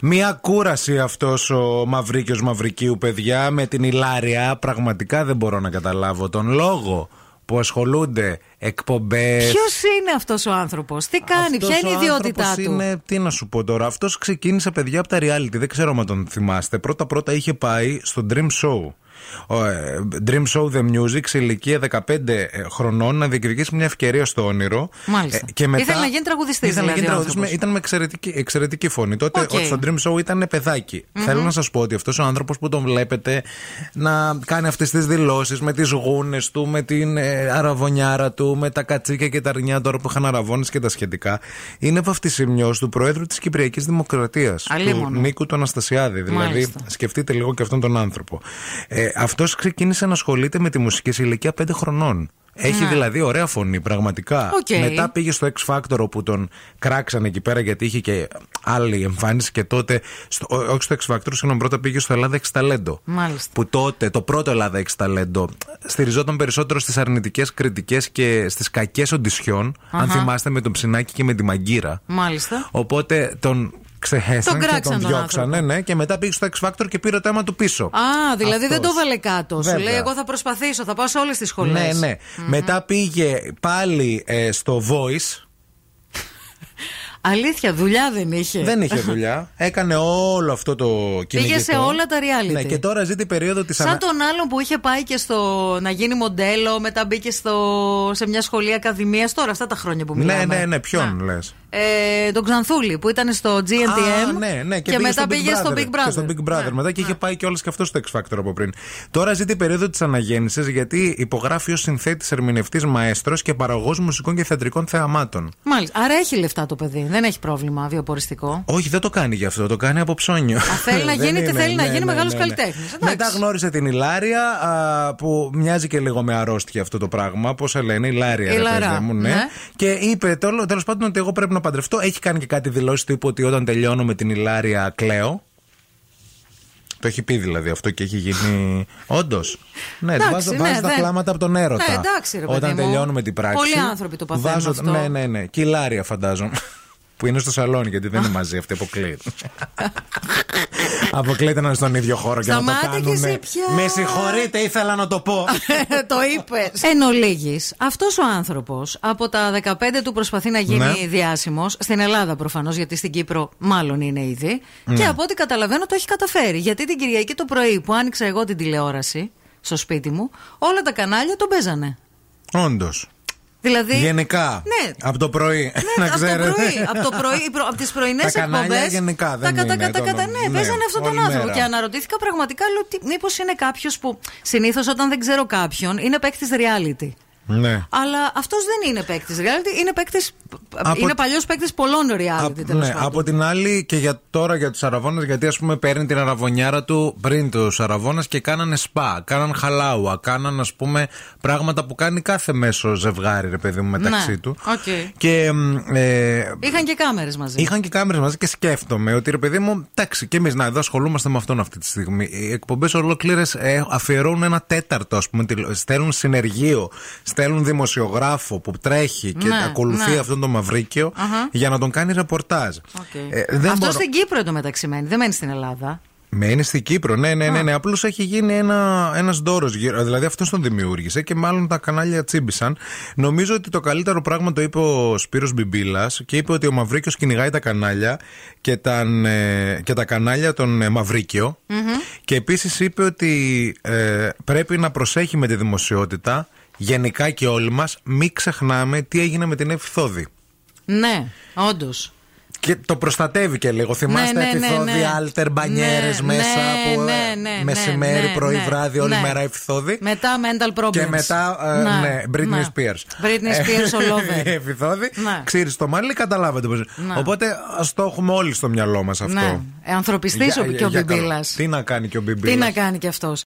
Μια κούραση αυτός ο Μαυρίκιος Μαυρικίου, παιδιά, με την Ηλάρια. Πραγματικά δεν μπορώ να καταλάβω τον λόγο που ασχολούνται εκπομπές. Ποιος είναι αυτός ο άνθρωπος, τι κάνει, ποια είναι η ιδιότητά του. Είναι, τι να σου πω τώρα, αυτός ξεκίνησε παιδιά από τα reality. Δεν ξέρω αν τον θυμάστε. Πρώτα-πρώτα είχε πάει στο Dream Show. ε, Dream Show The Music σε ηλικία 15 χρονών να διεκδικήσει μια ευκαιρία στο όνειρο. Μάλιστα. Ε, και μετά, ήθελε να γίνει τραγουδιστής. Ήθελε δηλαδή, να γίνει ο τραγουδιστής, με- άνθρωπος. ήταν με εξαιρετική, εξαιρετική φωνή. Τότε Οκ. στο Dream Show ήταν παιδάκι. Θέλω να σας πω ότι αυτός ο άνθρωπος που τον βλέπετε να κάνει αυτές τις δηλώσεις με τις γούνες του, με την ε, αραβωνιάρα του, με τα κατσίκια και τα αρνιά τώρα που είχαν αραβώνες και τα σχετικά, είναι βαφτισιμιός του Προέδρου της Κυπριακής Δημοκρατίας. Του Αλίμονο. Νίκου του Αναστασιάδη. Δηλαδή, Μάλιστα. Σκεφτείτε λίγο και αυτόν τον άνθρωπο. Ε, Αυτός ξεκίνησε να ασχολείται με τη μουσική σε ηλικία 5 χρονών. Έχει δηλαδή ωραία φωνή, πραγματικά. Οκ. Μετά πήγε στο X Factor όπου τον κράξανε εκεί πέρα γιατί είχε και άλλη εμφάνιση και τότε. Στο, ό- όχι στο X Factor, συγγνώμη, πρώτα πήγε στο Ελλάδα X Talento. Μάλιστα. Που τότε, το πρώτο Ελλάδα X Talento, στηριζόταν περισσότερο στις αρνητικές κριτικές και στις κακές οντισιών. Αν θυμάστε με τον Ψινάκη και με τη Μαγκύρα. Μάλιστα. Οπότε τον ξεχέσαν Τον και κράξαν τον τον διώξανε, άνθρωπο. ναι, και μετά πήγε στο X Factor και πήρε το αίμα του πίσω. Α, δηλαδή δεν Αυτός. το βάλε κάτω. Σου Βέβαια. λέει: Εγώ θα προσπαθήσω, θα πάω σε όλες τις σχολές. Ναι, ναι. Μετά πήγε πάλι ε, στο Voice. Αλήθεια, δουλειά δεν είχε. Δεν είχε δουλειά. Έκανε όλο αυτό το κυνηγητό. σε όλα τα reality. Ναι, και τώρα ζει την περίοδο της Σαν τον άλλον που είχε πάει και στο να γίνει μοντέλο, μετά μπήκε στο... σε μια σχολή ακαδημίας. Τώρα, αυτά τα χρόνια που Ναι, μιλάμε. ναι, ναι. Ποιον Να. λες. Ε, τον Ξανθούλη που ήταν στο GNTM. ναι, ναι. Και, μετά πήγε στο Big Brother. Και στο Big Brother. Ναι. μετά και είχε πάει κιόλας και αυτός στο X Factor από πριν. Τώρα ζει την περίοδο της αναγέννησης γιατί υπογράφει ως συνθέτης, ερμηνευτής, μαέστρος και παραγωγός μουσικών και θεατρικών θεαμάτων. Μάλιστα. Άρα έχει λεφτά το παιδί. Δεν έχει πρόβλημα βιοποριστικό. Όχι, δεν το κάνει γι' αυτό, το κάνει από ψώνιο. θέλει να Δεν γίνει τι είναι, θέλει να ναι, γίνει, ναι, μεγάλος ναι, καλλιτέχνης. ναι. Εντάξει. Μετά γνώρισε την Ηλάρια α, που μοιάζει και λίγο με αρρώστια αυτό το πράγμα. Πώς σε λένε, Ηλάρια, ρε Ηλαρά, παιδί μου, ναι. ναι. Και είπε τέλο πάντων ότι εγώ πρέπει να παντρευτώ. Έχει κάνει και κάτι δηλώσεις τύπου ότι όταν τελειώνω με την Ηλάρια κλαίω. Το έχει πει δηλαδή αυτό και έχει γίνει. Όντως. Ναι, Εντάξει, βάζω, ναι, βάζει τα δεν- κλάματα από τον έρωτα. Ναι, εντάξει, ρε παιδί Όταν μου. τελειώνουμε την πράξη. Πολλοί άνθρωποι το παθαίνουν βάζω- αυτό. Ναι, ναι, ναι. Και η Λάρια φαντάζομαι. Που είναι στο σαλόνι, γιατί δεν είναι μαζί αυτή, αποκλείεται. αποκλείεται να είναι στον ίδιο χώρο και να το Σταμάτα και κάνουμε. εσύ πια. Με συγχωρείτε, ήθελα να το πω. το είπες. Εν ολίγης, αυτός ο άνθρωπος από τα 15 του προσπαθεί να γίνει Ναι. διάσημος. Στην Ελλάδα προφανώς, γιατί στην Κύπρο μάλλον είναι ήδη. Ναι. Και από ό,τι καταλαβαίνω το έχει καταφέρει. Γιατί την Κυριακή το πρωί που άνοιξα εγώ την τηλεόραση στο σπίτι μου, όλα τα κανάλια τον παίζανε. Όντως. Δηλαδή. Γενικά. Ναι. Από το πρωί. Ναι, να ξέρετε. από το πρωί, από, το πρωί, προ- από τις πρωινές Τα κανάλια εκπομπές, γενικά δεν τα κατα- είναι, κατα- το- κατα- ναι, ναι, παίζανε αυτόν τον όλη άνθρωπο. μέρα. Και αναρωτήθηκα πραγματικά, λέω, τι- μήπως είναι κάποιος που συνήθως όταν δεν ξέρω κάποιον, είναι παίκτης reality. Ναι. Αλλά αυτός δεν είναι παίκτης reality, είναι, παίκτης, Από- είναι παλιός παίκτης πολλών reality Από- τέλος ναι, πάντων. από την άλλη και για τώρα για τους αραβώνες, γιατί ας πούμε παίρνει την αραβωνιάρα του πριν τους αραβώνες και κάνανε σπα, κάναν χαλάουα, κάναν ας πούμε πράγματα που κάνει κάθε μέσο ζευγάρι, ρε παιδί μου, μεταξύ Ναι, του. οκ. Και μ, ε, Είχαν και κάμερες μαζί. Είχαν και κάμερες μαζί και σκέφτομαι ότι ρε παιδί μου, εντάξει, και εμείς να εδώ ασχολούμαστε με αυτόν αυτή τη στιγμή. Οι εκπομπές ολόκληρες αφιερώνουν ένα τέταρτο, ας πούμε. τηλε- Στέλνουν συνεργείο, στέλνουν δημοσιογράφο που τρέχει και Ναι, ακολουθεί ναι. αυτόν τον μαυρικιο για να τον κάνει ρεπορτάζ. Οκ. Ε, δεν αυτό μπορώ- στην Κύπρο εντωμεταξύ μένει, δεν μένει στην Ελλάδα. Μένει στην Κύπρο, ναι, ναι, ναι. ναι. Απλώς έχει γίνει ένα ένας δώρος γύρω. Δηλαδή αυτό τον δημιούργησε και μάλλον τα κανάλια τσίμπησαν. Νομίζω ότι το καλύτερο πράγμα το είπε ο Σπύρος Μπιμπίλας και είπε ότι ο Μαυρίκιος κυνηγάει τα κανάλια και, τα, ε, και τα κανάλια τον ε, μαυρικιο Και επίσης είπε ότι ε, πρέπει να προσέχει με τη δημοσιότητα, γενικά και όλοι μας, μην ξεχνάμε τι έγινε με την Εφηθόδη. Ναι, όντως. Και το προστατεύει και λίγο. Θυμάστε ναι, ναι, επιθόδη, ναι. άλτερ, μπανιέρες Ναι, μέσα ναι, από ε, ναι, ναι, ναι, μεσημέρι, ναι, πρωί, ναι, βράδυ, όλη ναι. μέρα επιθόδη. Μετά mental problems. Και μετά, ε, ναι, Britney Spears. Ε, Britney Spears all over. Η επιθόδη. Ναι. Ξύρι στο μαλλί, καταλάβατε πώς. Ναι. Οπότε ας το έχουμε όλοι στο μυαλό μας αυτό. Ναι. Ε, ανθρωπιστής Για- ο- και ο για καλό. Μπιμπίλας. Τι να κάνει και ο Μπιμπίλα. Τι να κάνει κι αυτός